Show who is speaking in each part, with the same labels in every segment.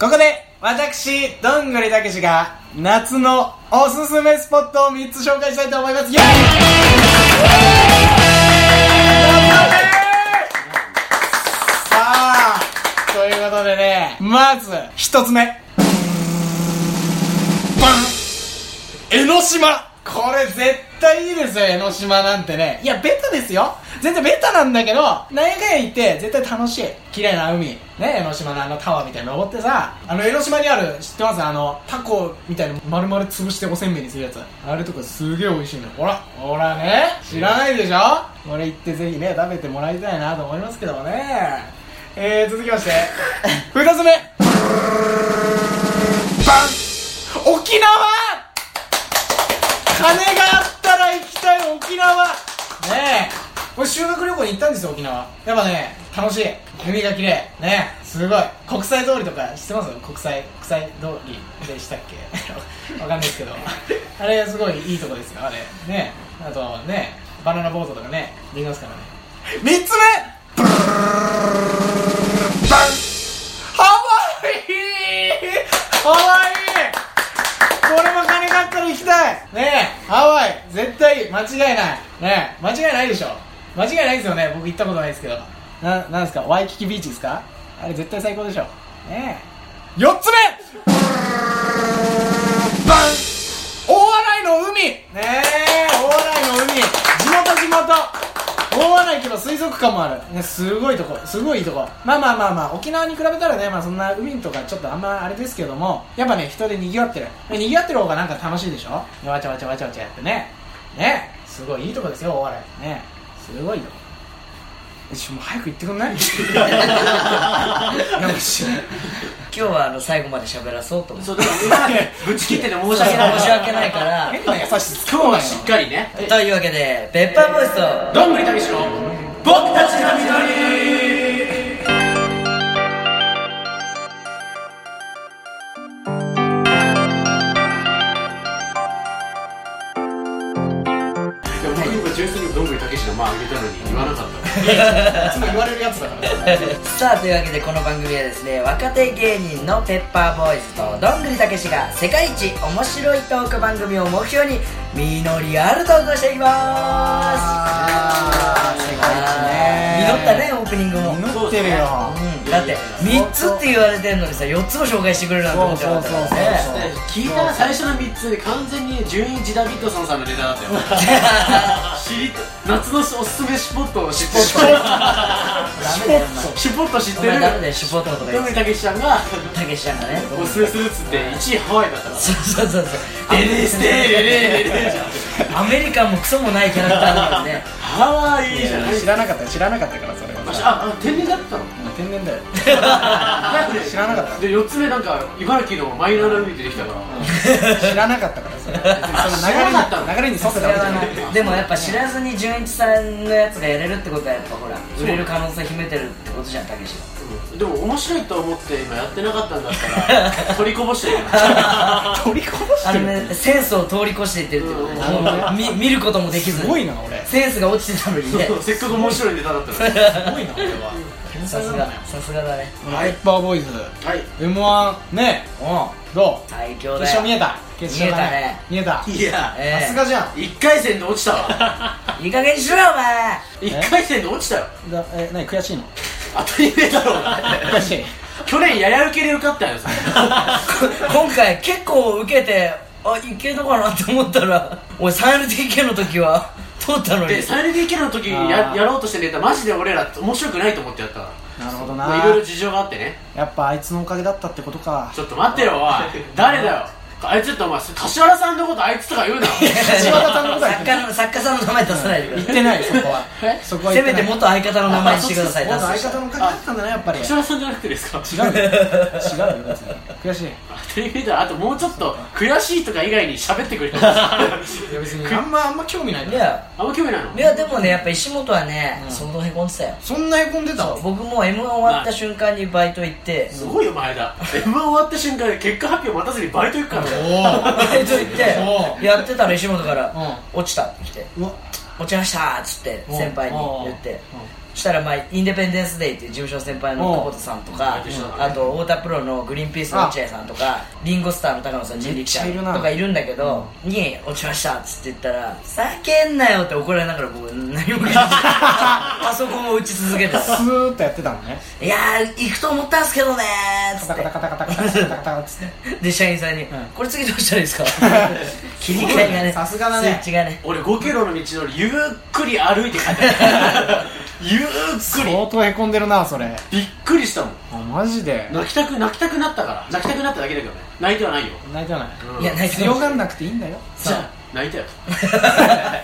Speaker 1: ここで私どんぐりたけしが夏のおすすめスポットを3つ紹介したいと思いますイエーイさあということでねまず1つ目バン江ノ島これ絶対いいですよ江ノ島なんてねいやベタですよ全然ベタなんだけど何やかんや言って絶対楽しい綺麗な海ね江ノ島のあのタワーみたいなの登ってさあの江ノ島にある知ってますあのタコみたいな丸々潰しておせんべいにするやつあれとかすげえ美味しいのほらほらね知らないでしょこれ行ってぜひね食べてもらいたいなと思いますけどもねえー、続き まして二つ目バン沖縄金があったら行きたい沖縄ねえこれ修学旅行に行ったんですよ沖縄やっぱね楽しい海が綺麗ねえすごい国際通りとか知ってます国際国際通りでしたっけわかんないですけどあれすごいいいとこですよあれねえあとねバナナボートとかねできますからね3つ目ブルーバンハワイハワイこれも金があったら行きたいねえハワイ絶対間違いないねえ間違いないでしょ間違いないですよね僕行ったことないですけどななんですかワイキキビーチですかあれ絶対最高でしょねえ4つ目バン大洗の海ねえ大洗の海地元地元大洗行けば水族館もある、ね、すごいとこすごいいいとこまあまあまあまあ沖縄に比べたらね、まあ、そんな海とかちょっとあんまあれですけどもやっぱね人でにぎわってるでにぎわってる方がなんか楽しいでしょわちゃわちゃわちゃわちゃやってねねすごいいいとこですよ大洗ねすごいよえちょもう早く行ってくん ないなんかし
Speaker 2: 今日はあの最後まで喋らそうと思って
Speaker 3: そうだからぶち切ってて申し訳ない
Speaker 2: 申し訳ないから
Speaker 1: 変な優しさ使
Speaker 3: 今
Speaker 1: う
Speaker 3: 日
Speaker 1: な
Speaker 3: は
Speaker 1: よ
Speaker 3: しっかりね
Speaker 2: というわけでペッパーボイスと
Speaker 3: どんぐりたけしの僕たちの緑でも僕今純粋にどんぐりたけしのまあ入れたのに言わなかった
Speaker 1: いつも言われるやつだからね
Speaker 2: さあというわけでこの番組はですね若手芸人のペッパーボーイズとどんぐりたけしが世界一面白いトーク番組を目標に実りあるトークをしていきます
Speaker 1: 世界一ね
Speaker 2: 実ったねオープニングも、うん、
Speaker 1: 祈ってるよ
Speaker 2: だって3つって言われてるのにさ4つも紹介してくれるなんて思ってなかったから
Speaker 1: そうそうそうそう
Speaker 2: ね
Speaker 3: で聞いたら最初の3つで完全に純一ダビッドソンさんのネタだったよ知りた夏のおすすめシュポットを知ってる
Speaker 2: ダメだよお前
Speaker 3: シュポット知っ
Speaker 2: お
Speaker 3: て
Speaker 2: 前
Speaker 3: る
Speaker 2: ダメだよシュポートのこと言
Speaker 3: ど
Speaker 2: っ
Speaker 3: んぐ
Speaker 2: て
Speaker 3: りたけしちゃんが
Speaker 2: たけしちゃんがね
Speaker 3: おすすめするっつって1位ハワイだったから
Speaker 2: そうそうそうそう
Speaker 3: デレステレレレレじゃ
Speaker 2: ア
Speaker 3: ん
Speaker 2: メリカンもクソもないキャラクターだからね
Speaker 3: ハワイじゃない
Speaker 1: 知らなかった知らなかったからそれは さ
Speaker 3: ああ天然だったの
Speaker 1: 天然だよ 知
Speaker 3: 知
Speaker 1: らなかった
Speaker 3: で4つ目なんか茨城のマイナーな海出てきたから
Speaker 1: 知らなかったからそれそ
Speaker 3: 知らなか
Speaker 1: の
Speaker 3: っ
Speaker 1: 流れに流れに沿ってたわけじゃない
Speaker 2: でもやっぱ知らずに純一さんのやつがやれるってことはやっぱほら
Speaker 3: そう
Speaker 2: 売れる可能性秘めてるってことじゃんたけし
Speaker 3: うんでも面白いと思って今やってなかったんだったら取りこぼしてるから
Speaker 1: 取りこぼし
Speaker 2: あ
Speaker 1: て
Speaker 2: の
Speaker 1: る
Speaker 2: ねセンスを通り越していってるってこと
Speaker 1: うんなるほど
Speaker 2: ねみ見ることもできず
Speaker 1: すごいな俺
Speaker 2: センスが落ちてたのにね
Speaker 3: せっかく面白いネタだったのに
Speaker 1: すごいな俺は
Speaker 2: さすがさすがだね
Speaker 1: ハイパーボーイズ
Speaker 3: はい
Speaker 1: m 1ね
Speaker 2: お
Speaker 1: どう
Speaker 2: 最強
Speaker 1: 決
Speaker 2: だよ
Speaker 1: 勝見えた決勝だね見えた
Speaker 3: いや
Speaker 2: え
Speaker 1: さすがじゃ ん
Speaker 3: 1回戦で落ちたわ
Speaker 2: いい加減にしろよお前
Speaker 3: 1回戦で落ちたよ
Speaker 1: だえ何悔し いの
Speaker 3: 当たり前だろう
Speaker 1: 悔しい
Speaker 3: 去年やや受けで受かったよそれ
Speaker 2: こ 今回結構受けてあいけるのかなって思ったら俺 3LDK の時は通ったのに
Speaker 3: でサイレディキルの時に
Speaker 1: あ
Speaker 3: や
Speaker 1: ー
Speaker 3: やろうとしてネタマジで俺ら面白くないと思ってやったわ
Speaker 1: なるほど
Speaker 3: まあ
Speaker 1: ない
Speaker 3: ろいろ事情があってね
Speaker 1: やっぱあいつのおかげだったってことか
Speaker 3: ちょっと待って よおい誰だよあいつってお前柏原さんのことあいつとか言うな
Speaker 1: 藤原さんのことは
Speaker 2: 作家の作家さんの名前出さないでくだ
Speaker 1: 言っ
Speaker 2: さ
Speaker 1: てないそこ は
Speaker 3: え
Speaker 1: そこはい
Speaker 2: せめて元相方の名前にしてください出
Speaker 1: 元
Speaker 2: す
Speaker 1: 相方のおかげだったんだなやっぱり違う
Speaker 3: 柏原さんじゃなくてですか
Speaker 1: よ違うよ別に悔しい
Speaker 3: 当たり前だあともうちょっと悔しいとか以外に喋ってくれた
Speaker 1: いや別に
Speaker 3: く
Speaker 1: あんまあんま興味ない
Speaker 2: いや
Speaker 3: あんま興味ないの
Speaker 2: いやでもねやっぱ石本はね、
Speaker 1: うん
Speaker 2: 相当へこんでたよ
Speaker 1: そんなへこんでた
Speaker 2: 僕も m 1終わった瞬間にバイト行って
Speaker 3: すごいよ前田 M1 終わった瞬間で結果発表待たずにバイト行くからね
Speaker 1: お
Speaker 2: バイト行っ
Speaker 1: おう
Speaker 2: てやってたら石本から
Speaker 1: う
Speaker 2: 落ちたって来て
Speaker 1: うわ
Speaker 2: 持ちましたっつって
Speaker 1: うん
Speaker 2: 先輩に言って
Speaker 1: うんうん
Speaker 2: そしたら、まあ、インデペンデンス・デイっていう事務所の先輩の久保田さんとか
Speaker 3: うん
Speaker 2: あと太田プロのグリーンピースの落合さんとかリンゴスターの高野さん人力車
Speaker 1: めっちゃいるな
Speaker 2: とかいるんだけどに落ちましたっつって言ったら「叫んなよ」って怒られながら僕何も言ってない パソコンを打ち続けて
Speaker 1: スーッとやってたのね
Speaker 2: いやー行くと思ったんすけどねーっつ
Speaker 1: カ
Speaker 2: っ
Speaker 1: タカタカタカタカタカタカタカタっつって
Speaker 2: て で社員さんに、
Speaker 1: ん
Speaker 2: これ次どうしたらいいで すか切り替えがね
Speaker 1: さすがだね
Speaker 2: スイッチがね
Speaker 3: 俺5キロの道のりゆっくり歩いて帰ったゆっくり
Speaker 1: 相当へこんでるなそれ
Speaker 3: びっくりしたもん
Speaker 1: あマジで
Speaker 3: 泣きたく泣きたくなったから泣きたくなっただけだけどね泣いてはないよ、
Speaker 1: 泣いてない
Speaker 3: うん
Speaker 2: いや泣いて
Speaker 1: 強がんなくていいんだよ
Speaker 3: じゃあ泣いたよ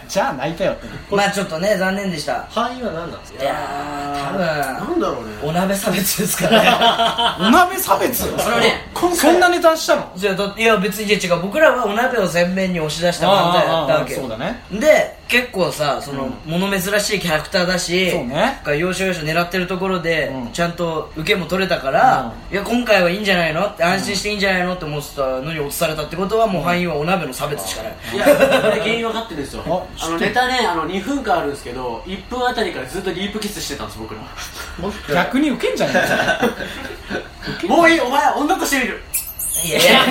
Speaker 1: じゃあ泣いたよって
Speaker 2: まあちょっとね残念でした
Speaker 3: 範囲は何なんですか
Speaker 2: いやー多
Speaker 3: な
Speaker 2: 分
Speaker 3: んだろうね
Speaker 2: お鍋差別で すからね
Speaker 1: お鍋差別
Speaker 3: それはね今回
Speaker 1: そんなネタしたの
Speaker 2: じゃあだいや別にいや違う僕らはお鍋を全面に押し出した漫才だったわけ
Speaker 1: そうだね
Speaker 2: で結構さその、物珍しいキャラクターだし
Speaker 1: そうね
Speaker 2: が要所要所狙ってるところで、
Speaker 1: うん
Speaker 2: ちゃんと受けも取れたから、いや今回はいいんじゃないのって安心していいんじゃないのって思ってたのに落とされたってことはもう範囲はお鍋の差別しかない、
Speaker 3: いや、俺原因分かってるんですよ
Speaker 1: あ知
Speaker 3: あ
Speaker 1: ってる
Speaker 3: のネタね、あの2分間あるんですけど1分あたりからずっとリープキスしてたんです僕ら
Speaker 1: 逆にウケんじゃね
Speaker 3: もういい、お前女としてみる
Speaker 2: いやいや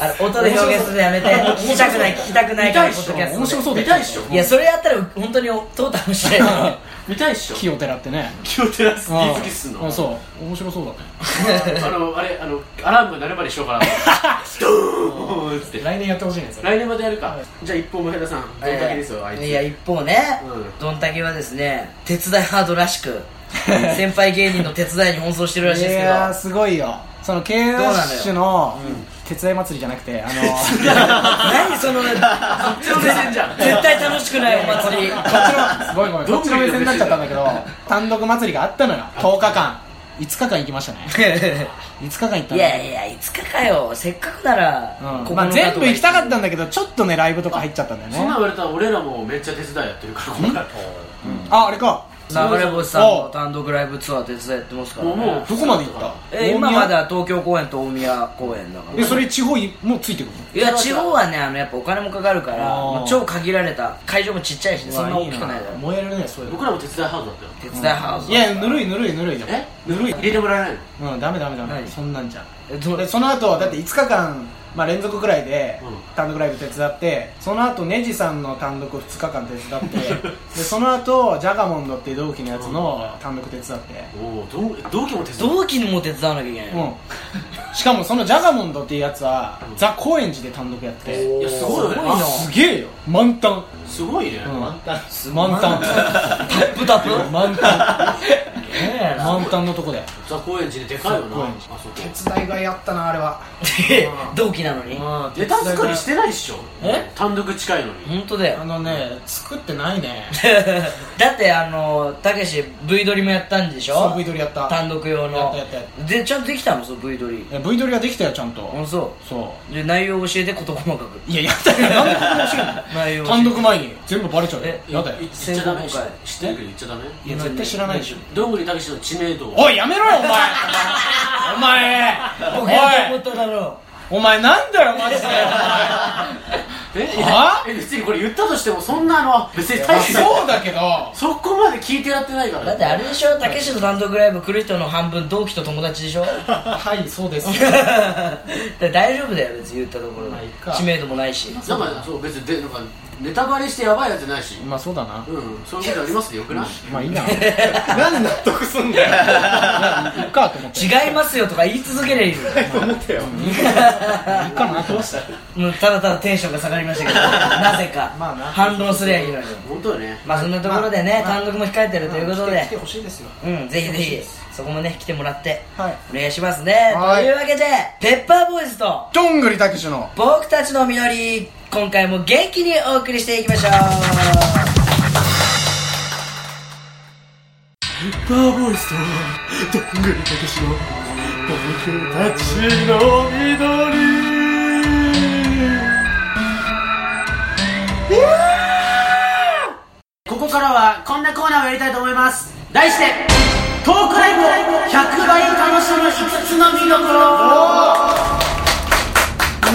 Speaker 2: あの音で表現するのやめて聞きたくない聞きたくないから
Speaker 3: 見たいっしょ
Speaker 2: ポッドキャストで
Speaker 1: 面白そうだ
Speaker 3: 見たいっしょ
Speaker 2: いやそれやったら本当に通ったかもしれない
Speaker 3: 見たいっしょ
Speaker 1: 木を照らってね
Speaker 3: 気を照らすリープキスすん
Speaker 1: あ
Speaker 3: の
Speaker 1: そう面白そうだね
Speaker 3: あの、あれ、あの、アラーム鳴るまでしようかなドーンっつって
Speaker 1: 来年やってほしいねそれ
Speaker 3: 来年までやるかじゃあ一方も平田さん、どんだけですよ、あいつ
Speaker 2: いや一方ね、
Speaker 3: うん
Speaker 2: どんたけはですね手伝いハードらしく先輩芸人の手伝いに奔走してるらしい
Speaker 1: い
Speaker 2: ですけど
Speaker 1: やーすごいよその K
Speaker 2: どうな
Speaker 1: ダ
Speaker 2: のよ
Speaker 1: ッシュの手伝い祭りじゃなくてあの
Speaker 2: 何 その絶
Speaker 3: の目線じゃん
Speaker 2: 対楽しくないお祭 り
Speaker 1: こっちのごめんごめんこっちの目線になっちゃったんだけど単独祭りがあったのよ10日間5日間行きましたね5日間行った
Speaker 2: い
Speaker 1: の
Speaker 2: やいやいつかかよせっかくなら、
Speaker 1: うん
Speaker 2: ここ
Speaker 1: まあ、全部行きたか
Speaker 2: っ
Speaker 1: ったんだけどちょっとねライブとか入っちゃったんだよね
Speaker 3: そんなん言われたら俺らもめっちゃ手伝いやってるから今回
Speaker 1: ああれか
Speaker 2: 流れ星さんの
Speaker 1: お
Speaker 2: 単独ライブツアー手伝いやってますから、
Speaker 3: もう
Speaker 2: ね、
Speaker 3: もう
Speaker 1: どこまで行った
Speaker 2: えー今まだ東京公演と大宮公演だから
Speaker 1: えそれ地方いもうついてくる
Speaker 2: いや地方はねあのやっぱお金もかかるから
Speaker 1: あー
Speaker 2: まあ超限られた会場もちっちゃいしねそんな大きくないだろ
Speaker 1: 燃えるねそういう
Speaker 3: 僕らも手伝いハードだったよ
Speaker 2: 手伝いハード
Speaker 1: いやぬるいぬるいぬるいよ
Speaker 3: え
Speaker 1: ぬるい
Speaker 3: 入れてもらえないの
Speaker 1: うんダメダメダメ
Speaker 2: 何
Speaker 1: そんなんじゃん
Speaker 2: えど
Speaker 1: でその後だって5日間、まあ、連続くらいで
Speaker 3: うん
Speaker 1: 単独ライブ手伝ってその後ネジさんの単独2日間手伝 ってでその後ジャガモンドっていう同期のやつの単独手伝って
Speaker 3: おお同同期も手伝う
Speaker 2: 同期にも手伝わなきゃいけない
Speaker 1: う
Speaker 2: の、
Speaker 1: んしかもそのジャガモンドっていうやつは
Speaker 3: うん
Speaker 1: ザ・高円寺で単独やって
Speaker 3: いやすごいよね
Speaker 2: すごいな
Speaker 1: すげえよ満タン
Speaker 3: すごいね、
Speaker 1: うん満
Speaker 3: タン
Speaker 1: タン満タン
Speaker 2: タップタップ
Speaker 1: 満タ
Speaker 2: ねえ
Speaker 1: ン
Speaker 2: な
Speaker 1: 満タンのと こで
Speaker 3: ザ・高円寺ででかいよ
Speaker 1: ザ高
Speaker 3: な
Speaker 1: 円
Speaker 3: あ
Speaker 1: 寺
Speaker 3: そこ
Speaker 1: 手伝いがやったなあれは
Speaker 2: 同期なのに
Speaker 1: うん
Speaker 3: ネタ作りしてないっしょ
Speaker 2: え
Speaker 3: 単独近いのに
Speaker 2: 本当 だ
Speaker 1: あ
Speaker 2: よ
Speaker 1: のね作ってないね
Speaker 2: だってあのたけし V 撮りもやったんでし
Speaker 1: そう
Speaker 2: ょ
Speaker 1: V 撮りやった
Speaker 2: 単独用
Speaker 1: や
Speaker 2: の
Speaker 1: ったやったやっ
Speaker 2: でちゃんとできたのその V 撮り
Speaker 1: え V 撮りができたよちゃんと
Speaker 2: あそ
Speaker 1: そう
Speaker 2: で内容教えて事細かく
Speaker 1: ういややったよなんでこんな面白いの
Speaker 2: 内容教え
Speaker 1: 単
Speaker 2: て
Speaker 1: 独前に全部バレちゃうよ
Speaker 2: え
Speaker 1: やだよ
Speaker 3: 言っちゃダメ
Speaker 2: 先方会
Speaker 3: 知ってるけど言っちゃダメ
Speaker 1: いや絶対知らないでしょ
Speaker 3: どんぐりたけしの知名度を
Speaker 1: おいやめろよお前お前
Speaker 2: 僕やと思った だろ
Speaker 1: おいお前なんだよマジで
Speaker 3: え
Speaker 1: は
Speaker 3: え別にこれ言ったとしてもそんなあの別に大して
Speaker 1: そうだけど
Speaker 3: そこまで聞いてやってないか
Speaker 2: う
Speaker 3: ら
Speaker 2: だってあれでしょたけしの単独ライブ来る人の半分同期と友達でしょ だか
Speaker 1: はいそうです
Speaker 2: ら大丈夫だよ別に言ったところで
Speaker 1: まあいいか
Speaker 2: 知名度もないし
Speaker 3: なんかそう別にでなんかネタバレしてやばいやつないし
Speaker 1: まあそうだな
Speaker 3: うんそういうことありますよよくない
Speaker 1: まあいいななんで納得すんだよいいかと思って
Speaker 2: 違いますよとか言い続けりゃいいの
Speaker 1: 思ってよいいかなどうした
Speaker 2: うんただただテンションが下がりましたけ どなぜか
Speaker 1: まあな
Speaker 2: 反論すりゃいいのに
Speaker 3: 本当よね
Speaker 2: まあそんなところでね
Speaker 1: まあ
Speaker 2: 単独も控えてるということ
Speaker 1: 来て
Speaker 2: で
Speaker 1: 来てほしいですよ
Speaker 2: うんぜひぜひそこもね来てもらって
Speaker 1: はい
Speaker 2: お願いしますね
Speaker 1: は
Speaker 2: と
Speaker 1: い
Speaker 2: いうわけでペッパーボーイズと
Speaker 1: どんぐりたけしの
Speaker 2: 僕たちの実り今回も元気にお送りしていきましょう
Speaker 3: パーボイスとどんぐりたけしの僕たちの緑ここからはこんなコーナーをやりたいと思います題してトークライブを100倍楽しむ5つの見どころ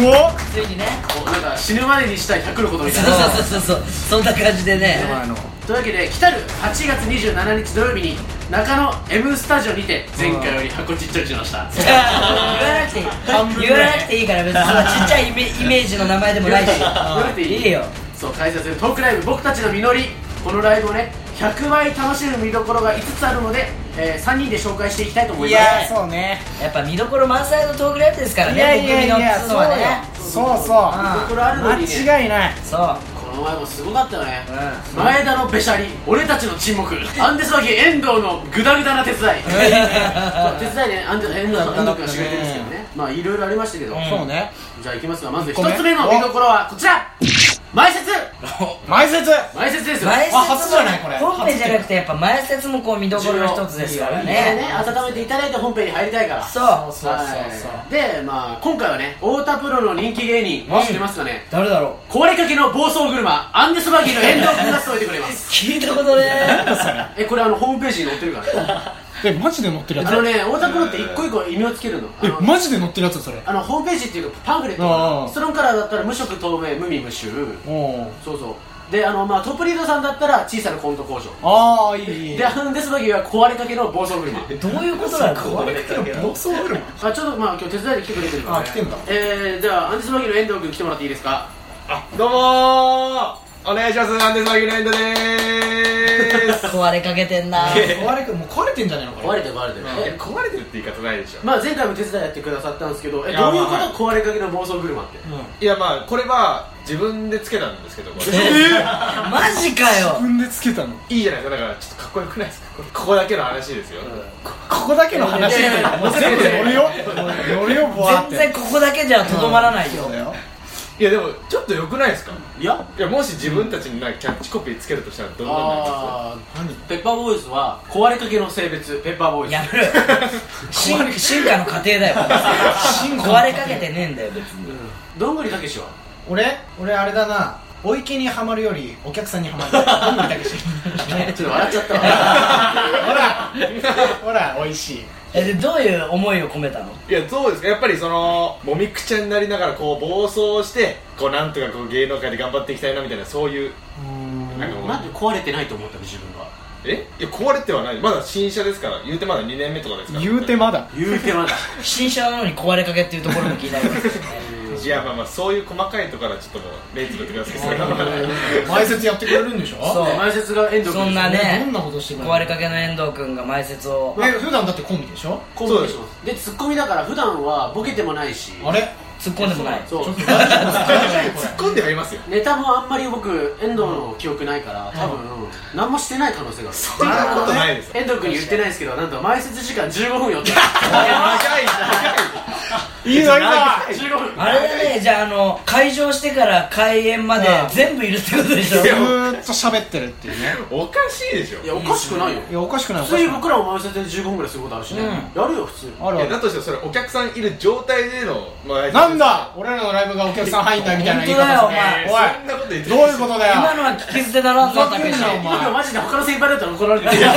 Speaker 1: うお
Speaker 2: ついにね
Speaker 3: なんか死ぬまでにしたい100のことみたいな
Speaker 2: そうそうそうそうそんな感じでね
Speaker 3: あのというわけで来たる8月27日土曜日に中野 M スタジオにて前回より箱ちっちゃくしました
Speaker 2: 言わなくていい
Speaker 1: 半分ぐ
Speaker 2: 言
Speaker 1: らい
Speaker 2: わなくていいから別にそんなちっちゃいイメイメージの名前でもないし
Speaker 3: 言わなくていい
Speaker 2: いいよ
Speaker 3: そう開催するトークライブ僕たちの実りこのライブをね100倍楽しむ見どころが5つあるので、え3人で紹介していきたいと思い
Speaker 1: い
Speaker 3: ます
Speaker 1: やーそうね
Speaker 2: やっぱ見どころ満載のトークライブですからね
Speaker 1: いやいやい
Speaker 2: 国民の
Speaker 1: や
Speaker 2: 普通
Speaker 1: そう
Speaker 2: は
Speaker 1: よ
Speaker 2: ね
Speaker 1: そうそう
Speaker 3: 見どころあるのにね
Speaker 1: 間違いない
Speaker 2: そう
Speaker 3: この前もすごかったよね、
Speaker 2: う
Speaker 3: 前田のべしゃり俺たちの沈黙アンデスマキ遠藤のグダグダな手伝いそう手伝いねアンデス遠藤さん遠藤君がしてくれてるんですけどねまあいろいろありましたけど、
Speaker 1: そうね
Speaker 3: じゃあいきますがまず一
Speaker 1: ごめん
Speaker 3: つ目の見どころはこちら前説
Speaker 1: 前説
Speaker 3: 前説ですよ
Speaker 2: 前説
Speaker 1: あ初じゃないこれ
Speaker 2: 本編じゃなくてやっぱ前説もこう見どころの一つですから
Speaker 3: ね
Speaker 2: ね
Speaker 3: 温めていただいて本編に入りたいから
Speaker 2: そ
Speaker 1: そう
Speaker 2: う
Speaker 1: そうそう
Speaker 3: はいでまあ今回はね太田プロの人気芸人
Speaker 1: うん
Speaker 3: 知ってますかね
Speaker 2: 誰だろう
Speaker 3: 壊れかけの暴走車アンデスバギーの遠藤君が務めてくれます
Speaker 2: 聞いたことね
Speaker 3: えこれあのホームページに載ってるからね
Speaker 1: えマジで乗ってるや
Speaker 3: あ
Speaker 1: つ
Speaker 3: のね太田プロって一個一個異名つけるのあ
Speaker 1: え
Speaker 3: の
Speaker 1: マジで乗ってるやつそれ
Speaker 3: あのホームページっていうかパンフレット
Speaker 1: ああ
Speaker 3: かなそのからだったら無色透明無味無臭
Speaker 1: おお
Speaker 3: そうそうであのまあトップリードさんだったら小さなコント工場
Speaker 1: ああいいいい
Speaker 3: でアンデスバギーは壊れかけの暴走車
Speaker 2: どういうことなの
Speaker 1: 壊れてる暴走車
Speaker 3: あちょっとまあ今日手伝いで来てくれてるから、ね、
Speaker 1: あ来てんだ
Speaker 3: えー、じゃあアンデスマギーの遠藤君来てもらっていいですか
Speaker 4: どうもーお願いしますアンデスマギュラインドでーす
Speaker 2: 壊れかけてんな
Speaker 1: 壊れてもう壊れてんじゃねえのこれ
Speaker 3: れてる壊れてる、
Speaker 4: え壊れてる って言い方ないでしょ
Speaker 3: まあ前回も手伝いやってくださったんですけどえ
Speaker 4: い
Speaker 3: ど
Speaker 4: や
Speaker 3: ういうこと、
Speaker 4: まあ
Speaker 3: 壊れかけの暴走車って
Speaker 4: いやまあこれは自分でつけたんですけどこれ
Speaker 2: マジかよ
Speaker 1: うん踏んでつけたの
Speaker 4: いいじゃないですかだからちょっとかっこよくないですかこれここだけの話ですよ、
Speaker 1: ここだけの話
Speaker 3: いやいやいや
Speaker 1: もう全部乗るよ乗るよボワーっ
Speaker 2: 全
Speaker 1: て
Speaker 2: 然ここだけじゃとどまらないよ
Speaker 1: そうだよ
Speaker 4: いやでもちょっとよくないですか
Speaker 3: いや
Speaker 4: いやもし自分たちになんかキャッチコピーつけるとしたらどんなのになりま
Speaker 3: あーペッパーボーイズは壊れかけの性別ペッパーボーイズ
Speaker 2: やめろよ進進化の過程だよ
Speaker 1: 進化の過程
Speaker 2: 壊れかけてねえんだよ別に
Speaker 3: うんどんぐりたけしは
Speaker 1: 俺俺あれだなお池にはまるよりお客さんにはまるどんぐりたけしね
Speaker 3: ちょっと笑っちゃったわ
Speaker 1: ほらほら美味しい
Speaker 2: えでどういう思いを込めたの
Speaker 4: すいやそうですかやっぱりそのもみくちゃになりながらこう暴走してこうなんとかこう芸能界で頑張っていきたいなみたいなそういうなんかこう
Speaker 3: なんで壊れてないと思ったの自分が
Speaker 4: えいや壊れてはないまだ新車ですから言うてまだ2年目とかですから
Speaker 1: 言うてまだ
Speaker 3: 言うてまだ
Speaker 2: 新車なのに壊れかけっていうところも気になりますよね
Speaker 4: いやまあまあそういう細かいところはちょっともう目つぶってくださいそれはま
Speaker 1: 前説やってくれるんでしょ
Speaker 2: そう
Speaker 3: 前説が遠藤君
Speaker 2: そんなね
Speaker 1: どんなことしてくれるの
Speaker 2: 壊れかけの遠藤君が前説を
Speaker 1: え普段だってコンビでしょ
Speaker 3: コンビでしますでツッコミだから普段はボケてもないし
Speaker 1: あれ
Speaker 2: 突っ込んでもない
Speaker 3: そう
Speaker 1: ちょっと大丈夫
Speaker 4: 突っ込んではいますよ
Speaker 3: ネタもあんまり僕遠藤の記憶ないから多分何もしてない可能性がある
Speaker 4: そんなことないですよ
Speaker 3: 遠藤君に言ってないですけどなんと前説時間15分よって
Speaker 4: 長い
Speaker 1: いいぞ
Speaker 4: 長
Speaker 1: いいぞ
Speaker 3: 15分
Speaker 2: あれだねじゃああの会場してから開演まで
Speaker 1: うん
Speaker 2: 全部いるってことでしょ
Speaker 4: い
Speaker 1: ず
Speaker 4: や
Speaker 1: ーっと喋ってるっていうね
Speaker 4: いおかしいでしょ
Speaker 3: いやおかしくないよ
Speaker 1: いやおかしくないお
Speaker 3: 普
Speaker 1: か
Speaker 3: 通
Speaker 1: しく
Speaker 3: に
Speaker 1: ない
Speaker 3: 僕らも前説で15分ぐらいすることあるしねやるよ普通に
Speaker 1: ある
Speaker 4: い
Speaker 1: あ
Speaker 4: や
Speaker 1: る
Speaker 4: だとしてそれお客さんいる状態でのまあ
Speaker 1: なんだ俺らのライブがお客さん入んだみたいな言い方
Speaker 2: 本当だよお
Speaker 1: す
Speaker 2: 前
Speaker 1: る
Speaker 4: そんなこと言って
Speaker 1: おいどういうことだよ
Speaker 2: 今のは聞き捨てだなと思ったけど
Speaker 1: ふざけんなお前
Speaker 3: 僕はマジで他の先輩だったら怒られるい
Speaker 4: いや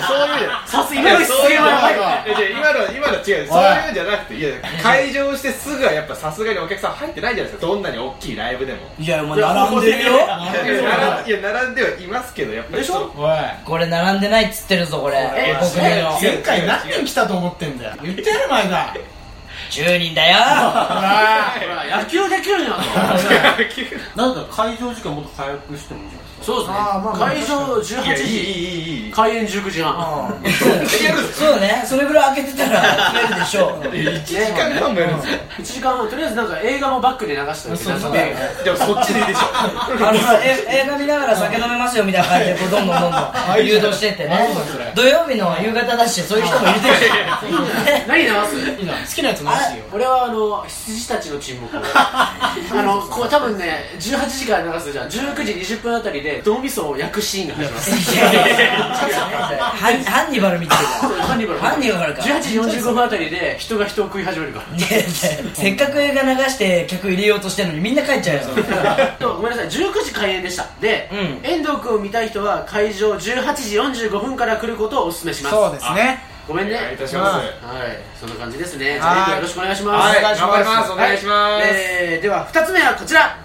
Speaker 4: そういうじゃない
Speaker 3: さすが今の
Speaker 4: いや
Speaker 3: 失
Speaker 4: そうい
Speaker 3: 礼
Speaker 4: う
Speaker 3: は
Speaker 4: の
Speaker 3: やばい
Speaker 1: わ
Speaker 3: わ
Speaker 4: いやいや今のは今のは違うそういうんじゃなくていや会場してすぐはやっぱさすがにお客さん入ってないじゃないですかどんなに大きいライブでも
Speaker 2: いやお前並んでるよ
Speaker 4: いや並んいや並んではいますけどやっぱり
Speaker 3: でしょ
Speaker 4: そう
Speaker 1: おい
Speaker 2: これ並んでないっつってるぞこれ
Speaker 3: え
Speaker 2: 僕
Speaker 3: 違う
Speaker 2: の
Speaker 1: 前回何人来たと思ってんだよ言ってやる前だ
Speaker 2: 10人だよ
Speaker 1: ほ ら
Speaker 3: ほら野球できるじゃん
Speaker 5: なんだ会場時間もっと早くしてもいいじゃないですか
Speaker 3: そうですね
Speaker 1: あーまあまあ
Speaker 3: 会場
Speaker 4: い
Speaker 3: 18
Speaker 4: やいい
Speaker 3: 時
Speaker 4: いいいいいい
Speaker 3: 開演19時半
Speaker 2: そうねそれぐらい開けてたら集めるでしょう
Speaker 4: 1時間半もやるんですよ
Speaker 3: 1時間半とりあえずなんか映画もバックで流しておいて
Speaker 1: そう
Speaker 3: なん
Speaker 1: そ
Speaker 3: か
Speaker 1: う
Speaker 3: ね
Speaker 4: でもそっちでいいでしょ
Speaker 2: あのえ映画見ながら酒飲めますよみたいな感じでこうどんどんどんどん誘導してってね
Speaker 1: あいいじゃんそれ
Speaker 2: 土曜日の夕方だしそういう人も いるでしょ
Speaker 3: 何流す
Speaker 1: いいな好きなやつなしよ
Speaker 3: 俺はあの羊たちの沈黙を あのこう多分ね18時から流すじゃん19時20分あたりで脳みそを焼くシーンが始まる
Speaker 2: いやいやいやハンハンニバル見てるから
Speaker 3: ハンニバル
Speaker 2: ハンニバルか
Speaker 3: 18時45分あたりで人が人を食い始めるから
Speaker 2: いやいやせっかく映画流して客入れようとしてるのにみんな帰っちゃうよ
Speaker 3: でもごめんなさい19時開演でしたで、
Speaker 2: う
Speaker 3: 遠藤君を見たい人は会場18時45分から来ることをお勧めします
Speaker 1: そうですね
Speaker 3: ごめん
Speaker 4: お
Speaker 3: ね
Speaker 4: 願いいたします
Speaker 3: はいそんな感じですね
Speaker 1: は
Speaker 3: じ
Speaker 1: い
Speaker 3: ゃあよろしくお願いします
Speaker 4: はい
Speaker 1: お願いします
Speaker 4: 頑張りますお願いします、
Speaker 3: えーでは2つ目はこちら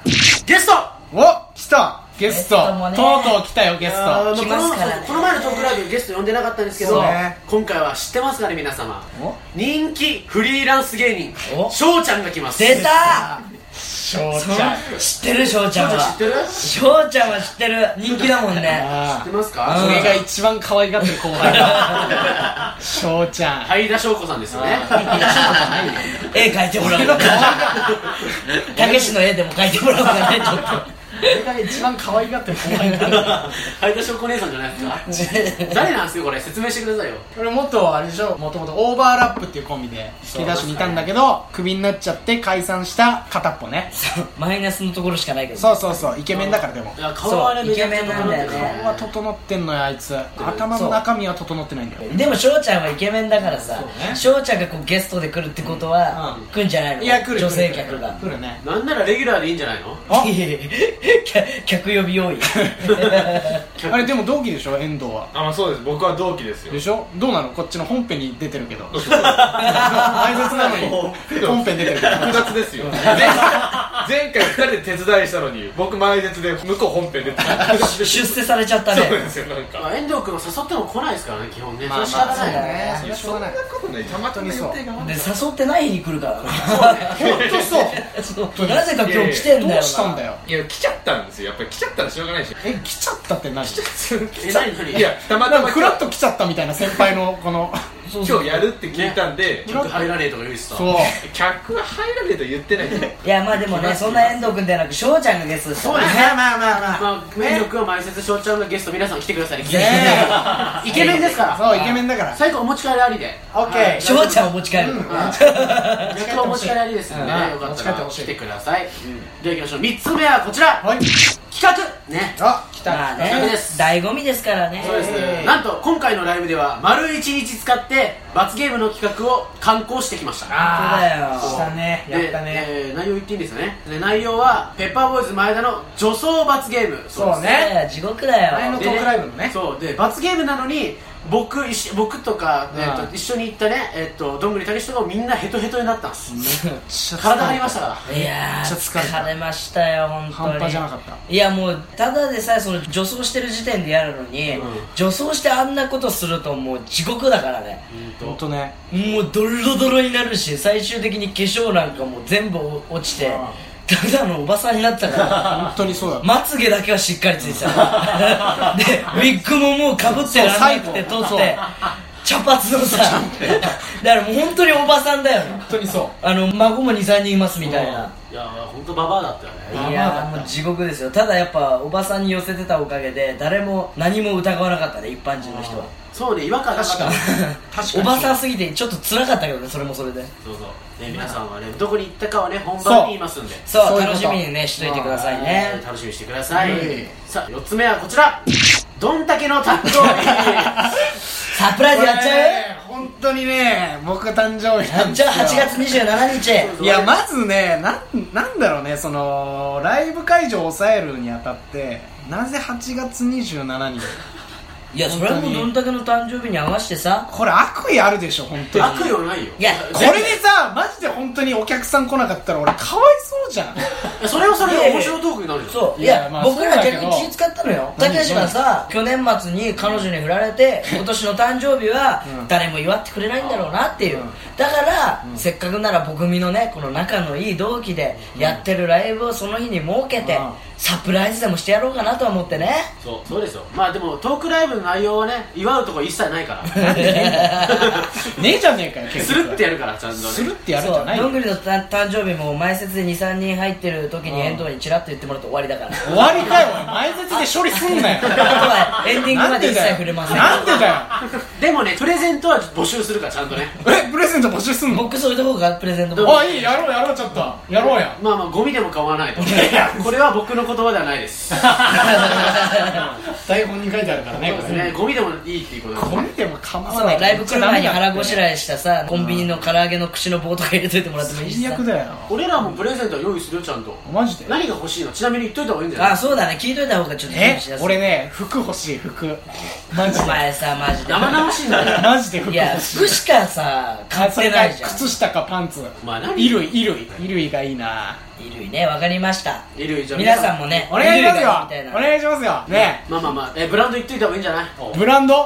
Speaker 3: ゲスト
Speaker 1: お来たゲスト
Speaker 2: ゲストもね
Speaker 1: とうとう来たよゲス
Speaker 3: あーまあ
Speaker 1: ト
Speaker 2: 来ますからね
Speaker 3: このこの前のトークライブゲスト呼んでなかったんですけ
Speaker 1: そう
Speaker 3: ど、
Speaker 1: ね
Speaker 3: 今回は知ってますかね皆様
Speaker 1: お
Speaker 3: 人気フリーランス芸
Speaker 2: お
Speaker 3: 人翔ちゃんが来ます
Speaker 2: 出た
Speaker 1: しょうちゃん
Speaker 2: 知ってる翔ちゃん
Speaker 3: 翔ちゃん知っ
Speaker 2: は
Speaker 3: てる
Speaker 2: 翔ちゃんは知ってる人気だもんね
Speaker 3: 知っ
Speaker 1: あ
Speaker 3: てます
Speaker 1: あ
Speaker 3: か
Speaker 1: それが一番可愛がってる後輩 しょうちゃん
Speaker 3: はい田翔子さんですよね はい田翔子さんないね
Speaker 2: 絵描いてもらおう かたけしの絵でも描いてもらおうかねちょっと
Speaker 1: 俺が一番可愛がってる後輩なんだ
Speaker 3: はい田翔子姉さんじゃないですか誰なんですかこれ説明してくださいよ
Speaker 1: 俺元あれでしょもともとオーバーラップっていうコンビで引き出しにいたんだけどクビになっちゃって解散した片っぽね
Speaker 2: マイナスのところしかないけど
Speaker 1: そうそうそうイケメンだからでも
Speaker 3: いや顔はね
Speaker 2: そう
Speaker 3: めちゃくちゃ
Speaker 2: イケメンなんだよね
Speaker 3: 整ってる
Speaker 1: 顔は整ってんのよあいつ頭の中身は整ってないんだよ
Speaker 2: でも翔ちゃんはイケメンだからさ
Speaker 1: ね
Speaker 2: 翔、ちゃんがこうゲストで来るってことは、
Speaker 1: うん
Speaker 2: 来るんじゃないの
Speaker 1: いや来る
Speaker 2: 女性客が
Speaker 1: 来るね
Speaker 3: なんならレギュラーでいいんじゃないの
Speaker 1: あ
Speaker 2: いやいや 客客呼び多い
Speaker 1: あれでも同期でしょ遠藤は
Speaker 4: あまあそうです僕は同期ですよ
Speaker 1: でしょどうなのこっちの本編に出てるけど挨拶なのに 本編出てるけど
Speaker 4: 複雑ですよ前前回二人で手伝いしたのに僕前説で向こう本編出てた
Speaker 2: 出世されちゃった
Speaker 4: そう
Speaker 2: ね
Speaker 4: なんですよなんか
Speaker 3: まあ遠藤君は誘っても来ないですからね基本ね
Speaker 1: まあまあ
Speaker 3: それは
Speaker 1: そう
Speaker 3: 仕方ない
Speaker 1: だねそれはしょうがない
Speaker 4: ことないたまたま予定が
Speaker 2: で誘ってない日に来るから
Speaker 1: 本当そう
Speaker 2: ななぜか今日来てんだよな
Speaker 1: どうしたんだよ
Speaker 4: いや来ちゃったんですよやっぱり来ちゃったらしょうがないし
Speaker 1: え来ちゃったって何
Speaker 3: え何何
Speaker 4: いやたま
Speaker 1: な
Speaker 4: た
Speaker 1: ん
Speaker 4: ま
Speaker 1: かフラッと来ちゃったみたいな先輩のこの
Speaker 2: そうそ
Speaker 4: 今
Speaker 2: う
Speaker 4: 日やるって聞いたんで、
Speaker 3: ちょっと入らねえとか言うしさ
Speaker 1: そう
Speaker 4: 客は入らねえと言ってないんだよ
Speaker 2: いやまあでもねそんな遠藤君ではなく翔ちゃんがゲストです からね
Speaker 1: まあまあまあまあ
Speaker 3: まあ、メイクは前説翔ちゃんがゲスト皆さん来てくださいねイケメンですから
Speaker 1: そうイケメンだから
Speaker 3: 最後お持ち帰りありで
Speaker 1: オッケー
Speaker 3: はい
Speaker 2: 翔ちゃんを持ち帰る、
Speaker 3: 逆はお持ち帰りありですので
Speaker 1: うん
Speaker 3: よかった
Speaker 1: 持ち帰って
Speaker 3: ら
Speaker 1: ほしい
Speaker 3: 来てくださいでは行きましょう3つ目はこちら
Speaker 1: はい
Speaker 3: 企画ね
Speaker 1: あ来た
Speaker 2: まあ
Speaker 3: ダメ
Speaker 2: ね
Speaker 3: です
Speaker 2: 醍醐味ですからね
Speaker 3: そうです
Speaker 1: え
Speaker 3: ね
Speaker 1: ー
Speaker 3: なんと今回のライブでは丸1日使って罰ゲームの企画を刊行してきました
Speaker 1: あー
Speaker 2: そうだよ
Speaker 1: したね
Speaker 3: で
Speaker 1: やったね
Speaker 3: えー内容言っていいんですよねで内容はペッパーボーイズ前田の女装罰ゲーム
Speaker 1: そうね
Speaker 2: ね地獄だ
Speaker 1: 前
Speaker 2: よ
Speaker 1: の
Speaker 3: で
Speaker 1: トークライブのね
Speaker 3: そうで罰ゲームなのに僕一緒僕とか、
Speaker 1: うん
Speaker 3: えっと一緒に行ったね、えっとどんぐりたけしとかもみんなヘトヘトになったんです
Speaker 1: めっちゃ疲れた
Speaker 3: 体張りましたから
Speaker 2: いや
Speaker 1: めっちゃ疲れた
Speaker 2: ー疲れましたよ本当に
Speaker 1: 半端じゃなかった
Speaker 2: いやもうただでさえその女装してる時点でやるのに、
Speaker 3: うん
Speaker 2: 女装してあんなことするともう地獄だからね
Speaker 1: ほんとね
Speaker 2: もうドロドロになるし最終的に化粧なんかもう全部落ちてただのおばさんになっ たから
Speaker 1: 本当にそうだ
Speaker 2: まつげだけはしっかりつい てたでウィッグももうかぶってらんなくて
Speaker 1: そ
Speaker 2: 取
Speaker 1: う
Speaker 2: っ
Speaker 1: 最後
Speaker 2: て茶髪のさだからもう本当におばさんだよね
Speaker 1: 本当にそう
Speaker 2: あの孫も23人いますみたいない
Speaker 3: やー本当ババアだったよね
Speaker 2: いやーもう地獄ですよただやっぱおばさんに寄せてたおかげで誰も何も疑わなかったね一般人の人は
Speaker 3: そうね違和感なかった
Speaker 1: 確かに
Speaker 2: おばさんすぎてちょっと辛かったけどねそれもそれで
Speaker 3: そうそうね皆さんはねどこに行ったかはね本番に言いますんで
Speaker 2: そう
Speaker 1: そういうこ
Speaker 2: 楽
Speaker 1: と
Speaker 2: しみにねしといてくださいね
Speaker 3: 楽しみにしてください、
Speaker 1: うん
Speaker 3: さあ4つ目はこちらどんだけのタッグを
Speaker 2: サプライズやっちゃ
Speaker 1: こ
Speaker 2: う
Speaker 1: れね本当にね僕が誕生日なんです
Speaker 2: じ
Speaker 1: よ
Speaker 2: ゃあ8月27日
Speaker 1: いやまずねなんなんだろうねそのライブ会場を抑えるにあたってなぜ8月27日
Speaker 2: いやそれはもうどんだけの誕生日に合わせてさ
Speaker 1: これ悪意あるでしょ本当に
Speaker 3: 悪意はないよ
Speaker 2: いや
Speaker 1: これでさマジで本当にお客さん来なかったら俺かわいそうじゃん
Speaker 3: それはそれで面白いトークになるじゃん
Speaker 2: そうい
Speaker 1: いや
Speaker 2: や
Speaker 1: まあ
Speaker 2: 僕ら
Speaker 1: そうだけ
Speaker 2: 逆
Speaker 1: ど
Speaker 2: に気使ったのよた
Speaker 1: 何
Speaker 2: けしがさ去年末に彼女に振られて今年の誕生日は
Speaker 1: うん
Speaker 2: 誰も祝ってくれないんだろうなってい
Speaker 1: う
Speaker 2: う
Speaker 1: ん
Speaker 2: だからせっかくなら僕みのねこの仲のいい同期でやってるライブをその日に設けて
Speaker 1: うん
Speaker 2: サプライズでもしてやろうかなとは思ってね
Speaker 3: そうそうですよまあでもトークライブの内容はね祝うとこ一切ないか
Speaker 1: ね
Speaker 3: ら
Speaker 1: えじゃねえかよ結
Speaker 3: ス
Speaker 1: 局
Speaker 3: ルってやるからちゃんとね
Speaker 1: するってやる
Speaker 2: そ
Speaker 1: んじゃ
Speaker 2: う
Speaker 1: ない
Speaker 2: ど
Speaker 1: よ
Speaker 2: んぐりのた誕生日も前説で23人入ってる時に遠藤にチラッと言ってもらって終わりだから
Speaker 1: 終わりかよおい前説で処理すんなよ
Speaker 2: あとはエンディングまで一切触れません
Speaker 1: なんでだよ
Speaker 3: でもねプレゼントは募集するからちゃんとね
Speaker 1: えプレゼント募集すんの
Speaker 2: 僕そういうとこがプレゼントも
Speaker 1: あいいやろうやろうちょっとやろう や
Speaker 3: まあまあゴミでも買わないとこれは僕の言葉ではないです
Speaker 1: 台本に書いてあるからね
Speaker 3: そうです
Speaker 1: これ
Speaker 3: ねゴミでもいいっていうこと
Speaker 1: これでも構
Speaker 2: そ
Speaker 1: わ
Speaker 2: う
Speaker 1: ない
Speaker 2: ライブ来る前に腹ごし
Speaker 1: い
Speaker 2: らえしたさコンビニの唐揚げの口の棒とか入れといてもらってもいいし
Speaker 1: 最
Speaker 2: さ
Speaker 1: 悪だよ
Speaker 3: 俺らもプレゼントは用意するよちゃんと
Speaker 1: マジで
Speaker 3: 何が欲しいのちなみに言っといた方がいいんじゃない
Speaker 2: あそうだね聞いといた方がちょっと
Speaker 1: え
Speaker 2: 話しやすい
Speaker 1: 俺ね服欲しい服マジ
Speaker 2: お前さマジで
Speaker 3: 生々しいんだよ
Speaker 1: でマジで服
Speaker 2: いや服しかさ買ってないじゃん
Speaker 1: 靴下かパンツ
Speaker 3: お前何
Speaker 1: 衣類衣類衣類がいいな
Speaker 2: 衣類ねわかりました
Speaker 3: 衣類じゃあ
Speaker 2: 皆さんもね
Speaker 1: お願いしますよ
Speaker 2: 衣類がいいみ
Speaker 1: お
Speaker 2: たいな
Speaker 1: 願いしますよね
Speaker 3: まあまあまあえブランド言っといた方がいいんじゃない
Speaker 1: ブランド
Speaker 3: う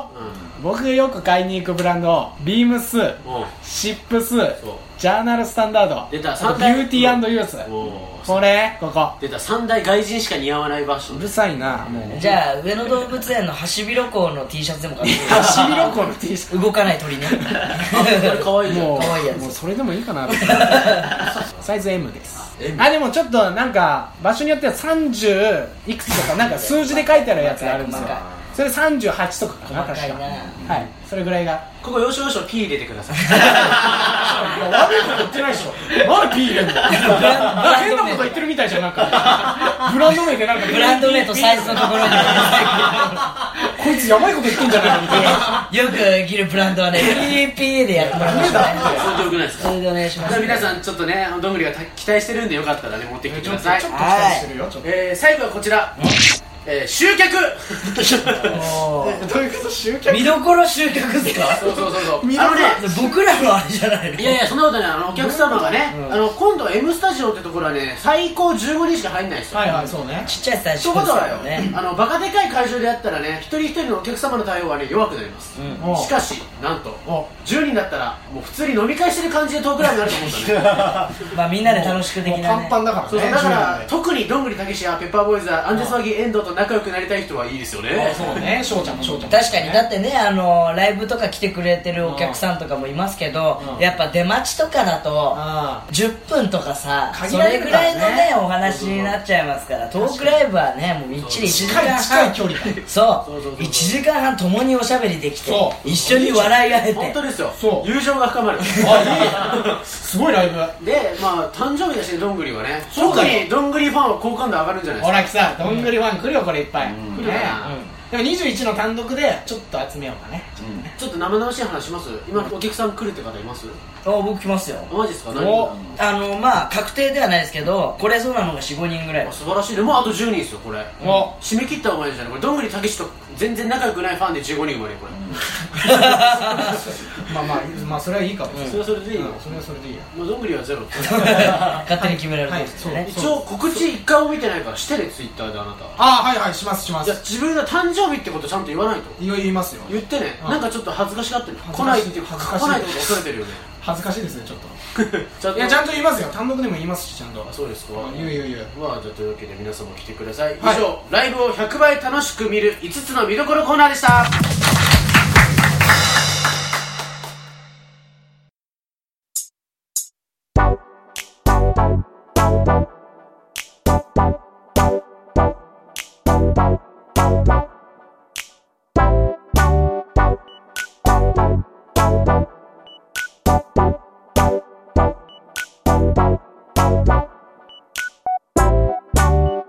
Speaker 3: ん
Speaker 1: 僕よく買いに行くブランドビームス
Speaker 3: おう
Speaker 1: シップス
Speaker 3: そう
Speaker 1: ジャーナルスタンダード
Speaker 3: 出た
Speaker 1: あとビ
Speaker 3: 三大
Speaker 1: ューティーユース
Speaker 3: おう
Speaker 1: これここ
Speaker 3: 出た三大外人しか似合わないファッショ
Speaker 1: う
Speaker 3: ン
Speaker 1: るさいなもう
Speaker 2: じゃあ上野動物園のハシビロコウの T シャツでも買ってく
Speaker 1: ハシビロコウの T シャツ
Speaker 2: る動かない鳥ね
Speaker 3: これ可愛いよ
Speaker 1: も
Speaker 2: 可愛いや
Speaker 1: う
Speaker 2: つ
Speaker 1: もうそれでもいいか なってサイズ M です
Speaker 3: あ M
Speaker 1: あでもちょっとなんか場所によっては30いくつとかなんか数字で書いてあるやつがあるんですよ
Speaker 2: 細かい
Speaker 1: それ38とかかな
Speaker 2: 細
Speaker 1: 確
Speaker 2: かい
Speaker 1: か
Speaker 2: な
Speaker 1: はいそれぐらい が
Speaker 3: ここ要所要所 P 入れてください
Speaker 1: いや悪いこと言ってないでしょまだ P 入れんの変なこと言ってるみたいじゃんなんか ブランド名でなんか
Speaker 2: ブランド名とサイズのところ に
Speaker 1: こいつやばいこと言ってんじゃないのみたいな
Speaker 2: よく着るブランドはね PPA でやってもらいましたね
Speaker 3: それでよくないですか
Speaker 2: それでお願いしま
Speaker 3: じゃあ
Speaker 2: す
Speaker 3: 皆さんちょっとねどんぐりがた期待してるんでよかったらね持ってきてください
Speaker 1: ちょっと期待してるよちょっと
Speaker 3: えー最後はこちらえー集客
Speaker 2: おー
Speaker 1: どういうこと集客
Speaker 2: 見どころ集客ですか
Speaker 3: そうそうそうそう
Speaker 1: 見ろ
Speaker 3: あのね
Speaker 2: 僕らのあれじゃないの
Speaker 3: いやいやそんなことないあのお客様がね、あの今度 M スタジオってところはね最高15人しか入んないんですよ、
Speaker 1: はいはいそうね
Speaker 2: ちっちゃいスタ
Speaker 3: そ
Speaker 2: ジオ
Speaker 3: ういうことだよ、
Speaker 2: ね
Speaker 3: あのバカでかい会場でやったらね一人一人のお客様の対応はね弱くなります、
Speaker 1: おう
Speaker 3: しかしなんと
Speaker 1: お
Speaker 3: 10人だったらもう普通に飲み会してる感じでトークライブになると思うん だね
Speaker 2: まあみんなで楽しくで
Speaker 1: も
Speaker 2: き
Speaker 1: う
Speaker 2: な
Speaker 1: パ
Speaker 2: ね
Speaker 1: ンパンだからね
Speaker 3: そうそうだか
Speaker 1: 10
Speaker 3: ら
Speaker 1: 人で
Speaker 3: 特にどんぐりたけしやペッパーボーイズやアンデスワギ遠藤と仲良くなりたい人はいいですよね
Speaker 1: そうね、翔ちゃんも翔ちゃんも
Speaker 2: 確かにだってねあのライブとか来てくれてるお客さんとかもいますけど
Speaker 1: うん
Speaker 2: やっぱ出待ちとかだと
Speaker 1: あ
Speaker 2: 10分とかさそ
Speaker 1: 限られ
Speaker 2: れ
Speaker 1: る
Speaker 2: ぐ
Speaker 1: からね
Speaker 2: らいのねお話になっちゃいますからトークライブはねもうみっちり1時間
Speaker 1: 近い近い距
Speaker 2: 半
Speaker 1: 離だ
Speaker 2: そ
Speaker 3: そうそうそう
Speaker 2: う
Speaker 3: そう
Speaker 2: 1時間半共におしゃべりできて
Speaker 1: そう
Speaker 2: 一緒に笑い合え
Speaker 3: 本
Speaker 2: て
Speaker 3: 当ですよ
Speaker 1: そう
Speaker 3: 友情が深まる
Speaker 1: あいいすごいライブ
Speaker 3: でまあ誕生日だしねどんぐりはね
Speaker 1: そう
Speaker 3: 特
Speaker 1: だよ
Speaker 3: にどんぐりファンは好感度上がるんじゃないで
Speaker 1: ほ
Speaker 3: すから
Speaker 1: 来たどんぐりファン来るよこれいっぱい、
Speaker 3: ん
Speaker 1: 来るねでも21の単独でちょっと集めようかね
Speaker 3: ちょっと生々しい話します今お客さん来るって方います
Speaker 2: あ僕来ますよ
Speaker 3: あマジですか何
Speaker 1: お
Speaker 2: あのまあ確定ではないですけど来れそうなのが45人ぐらい
Speaker 3: あ素晴らしいでもうあと10人ですよこれ
Speaker 1: お
Speaker 3: 締め切った方がいいんじゃないこれどんぐりたけしと全然仲良くないファンで15人生まれこれ、
Speaker 1: まあまあまあそれはいいかも
Speaker 3: それはそれでいいよ、
Speaker 1: それはそれでいいよ
Speaker 3: もうどんぐりはゼロ
Speaker 2: 勝手に決められてるんですよ
Speaker 1: はい
Speaker 2: ね
Speaker 1: はい
Speaker 3: 一応告知1回も見てないからしてねツイッターであなた
Speaker 1: ああはいはいしますしま
Speaker 3: いや
Speaker 1: す
Speaker 3: 自分の誕生日ってことちゃんと言わないと
Speaker 1: いよいよ言いますよ
Speaker 3: 言ってね
Speaker 1: うん
Speaker 3: なんかちょっと恥ずかしがってる
Speaker 1: 恥ず
Speaker 3: 来
Speaker 1: か
Speaker 3: な
Speaker 1: しい
Speaker 3: いっていう
Speaker 1: 恥ずかしい
Speaker 3: 来ないって恐れてるよね
Speaker 1: 恥ずかしいですねちょっと
Speaker 3: ちゃんと
Speaker 1: いやちゃんと言いますよ単独でも言いますしちゃんと
Speaker 3: あそうですか
Speaker 1: うん言う言う言う
Speaker 3: まあじゃあというわけで皆さんも来てください、
Speaker 1: はい
Speaker 3: 以上ライブを100倍楽しく見る5つの見どころコーナーでした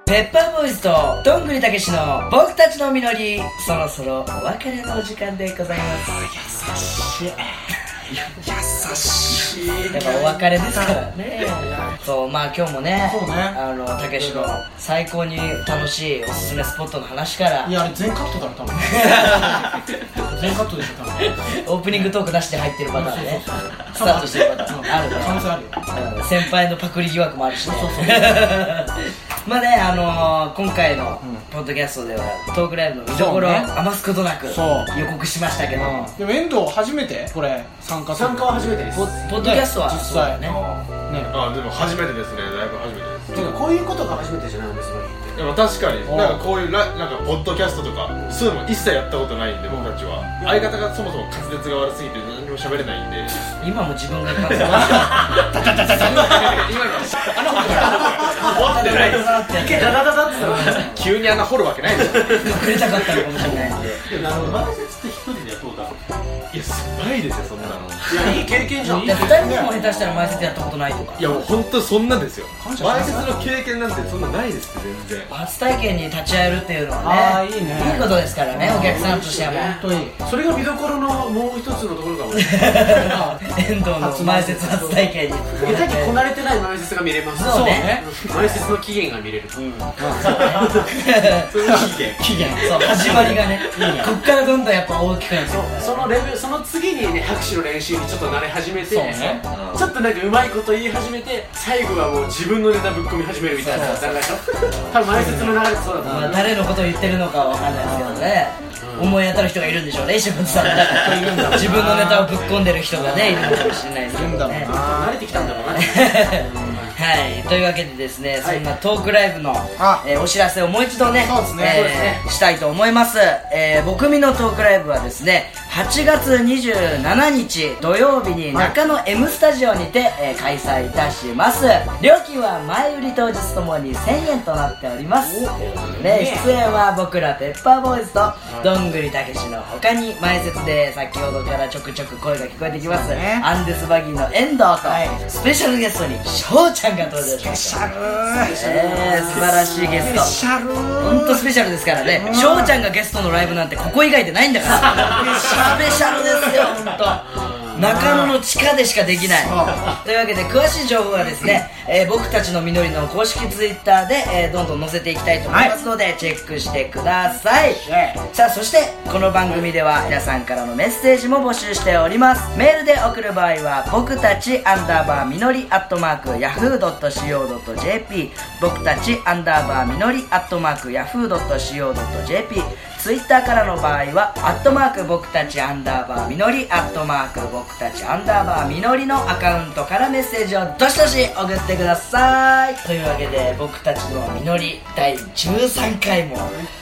Speaker 2: ペッパーボーイズとどんぐりたけしの僕たちの実りそろそろお別れのお時間でございます優しい優しいやっぱお別れですからねそうまあ今日もね
Speaker 1: そうね
Speaker 2: あのたけしの最高に楽しいおすすめスポットの話から
Speaker 1: いやあれ全カットだろ多分全カットでしょ多分
Speaker 2: オープニングトーク出して入ってるパターンねスタートしてるパターンあるね
Speaker 1: 可能性あるよ
Speaker 2: うん先輩のパクリ疑惑もあるし、ね、 まあねあのー今回のポッドキャストではトークライブの見どころを
Speaker 1: そうね
Speaker 2: 余すことなく
Speaker 1: そう
Speaker 2: 予告しましたけど、
Speaker 1: うんでも遠藤初めてこれ参加する
Speaker 3: 参加は初めてです
Speaker 2: ポポッドキャストは
Speaker 1: 実際
Speaker 2: そうだ
Speaker 1: ね
Speaker 2: ね
Speaker 4: あでも初めてですねだいぶ初めてで
Speaker 3: て
Speaker 4: す
Speaker 3: かこういうことが初めてじゃないんですよって
Speaker 4: でも確かに
Speaker 1: おう
Speaker 4: なんかこういうラなんかポッドキャストとかそういうのも一切やったことないんで僕たちは相方がそもそも滑舌が悪すぎて何にも喋れないんで
Speaker 2: 今も自分が言ったんだ
Speaker 4: 今のは持ってないです
Speaker 2: けど
Speaker 3: ダダダダって言ったら
Speaker 4: 急に穴掘るわけないでしょ
Speaker 2: 隠れたかったのかもしれないんで
Speaker 5: でもあの前説って一人でやったことある
Speaker 4: いやすごいですよそんなの
Speaker 3: いやいい経験じゃん
Speaker 2: いや二人でも下手したら前説やったことないとか
Speaker 4: いやもう本当そんなんですよ
Speaker 1: 感謝
Speaker 4: 前説の経験なんてそんなないですって全然
Speaker 2: 初体験に立ち会えるっていうの
Speaker 1: あ
Speaker 2: は
Speaker 1: ー
Speaker 2: ね
Speaker 1: いいね
Speaker 2: いことですからねお客さんとしてはもう
Speaker 1: 本当に
Speaker 3: それが見どころのもう一つのところかも
Speaker 2: 遠藤の前説初体験に
Speaker 3: 下手にこなれてない前説が見れます
Speaker 2: そうね
Speaker 3: 前説の期限が見れる
Speaker 4: それがいいね
Speaker 1: 期限
Speaker 2: そう始まりがねこっからどんどんやっぱ大きくなる
Speaker 3: そうそのレベルその次にね拍手の練習にちょっと慣れ始めて
Speaker 1: そうね
Speaker 3: ちょっとなんかうまいこと言い始めて最後はもう自分のネタぶっ込み始めるみたいな
Speaker 2: そう
Speaker 3: 流れでしょ多分前説の流れってそうだと
Speaker 2: ま
Speaker 3: 思
Speaker 2: あ
Speaker 3: う
Speaker 2: 誰のことを言ってるのかはわかんないですけどね
Speaker 3: うん
Speaker 2: 思い当たる人がいるんでしょうね石本 さんが自分のネタをぶっ込んでる人がねいるのかもしれないですけ
Speaker 1: いるん
Speaker 2: ど
Speaker 1: だろう
Speaker 2: ね
Speaker 1: な
Speaker 3: 慣れてきたんだ ろうな
Speaker 2: はい、というわけでですね、そんなトークライブの
Speaker 1: あ、
Speaker 2: えーお知らせをもう一度ね
Speaker 1: そうですね
Speaker 2: えー
Speaker 1: そうですね
Speaker 2: したいと思います、えー、僕みのトークライブはですね8月27日土曜日に中野 M スタジオにて、えー開催いたします料金は前売り当日ともに1000円となっておりますね、出演は僕らペッパーボーイズとどんぐりたけしの他に前説で先ほどからちょくちょく声が聞こえてきます、
Speaker 1: そうね
Speaker 2: アンデスバギーの遠藤と、
Speaker 1: はい
Speaker 2: スペシャルゲストに翔ちゃんが登場しまし
Speaker 1: シ
Speaker 2: た
Speaker 1: ャルー
Speaker 2: えー素晴らしいゲスト
Speaker 1: シャルー
Speaker 2: 本当スペシャルですからね翔ちゃんがゲストのライブなんてここ以外でないんだからスペシャルですよ本当中野の地下でしかできないというわけで詳しい情報はですね、えー僕たちのみのりの公式ツイッターで、えーどんどん載せていきたいと思いますので、チェックしてくださいさあそしてこの番組では皆さんからのメッセージも募集しておりますメールで送る場合は僕たちアンダーバーみのりアットマークヤフー .co.jp 僕たちアンダーバーみのりアットマークヤフー .co.jp ツイッターからの場合はアットマーク僕たちアンダーバーみのりアットマーク僕たちアンダーバーみのりのアカウントからメッセージをどしどし送ってくださいというわけで僕たちのみのり第13回も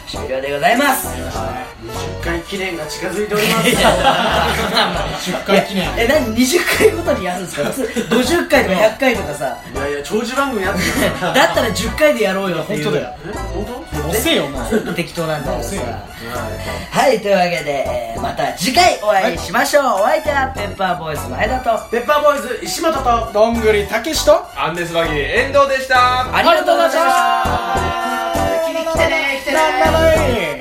Speaker 2: 終了でございます
Speaker 3: 10回記念が近づいております
Speaker 2: 10
Speaker 1: 10回記念
Speaker 2: え何20回ごとにやるんですか普通50回とか100回と かさ
Speaker 3: いやいや長寿番組やってる
Speaker 2: だ
Speaker 3: よ
Speaker 2: ったら10回でやろうよってい
Speaker 1: 本
Speaker 2: う
Speaker 1: 当だよ
Speaker 3: え本
Speaker 1: 遅えよもう
Speaker 2: 適当なんだよさ
Speaker 1: そうよ
Speaker 2: はいというわけで、えーまた次回お会いしましょう、お相手はペッパーボーイズの間と
Speaker 3: 当ペッパーボーイズ石本と
Speaker 1: どんぐりたけしと
Speaker 4: アンデスバギー遠藤でした
Speaker 2: ありがとうございました
Speaker 3: 来てね来てね
Speaker 1: なんなのい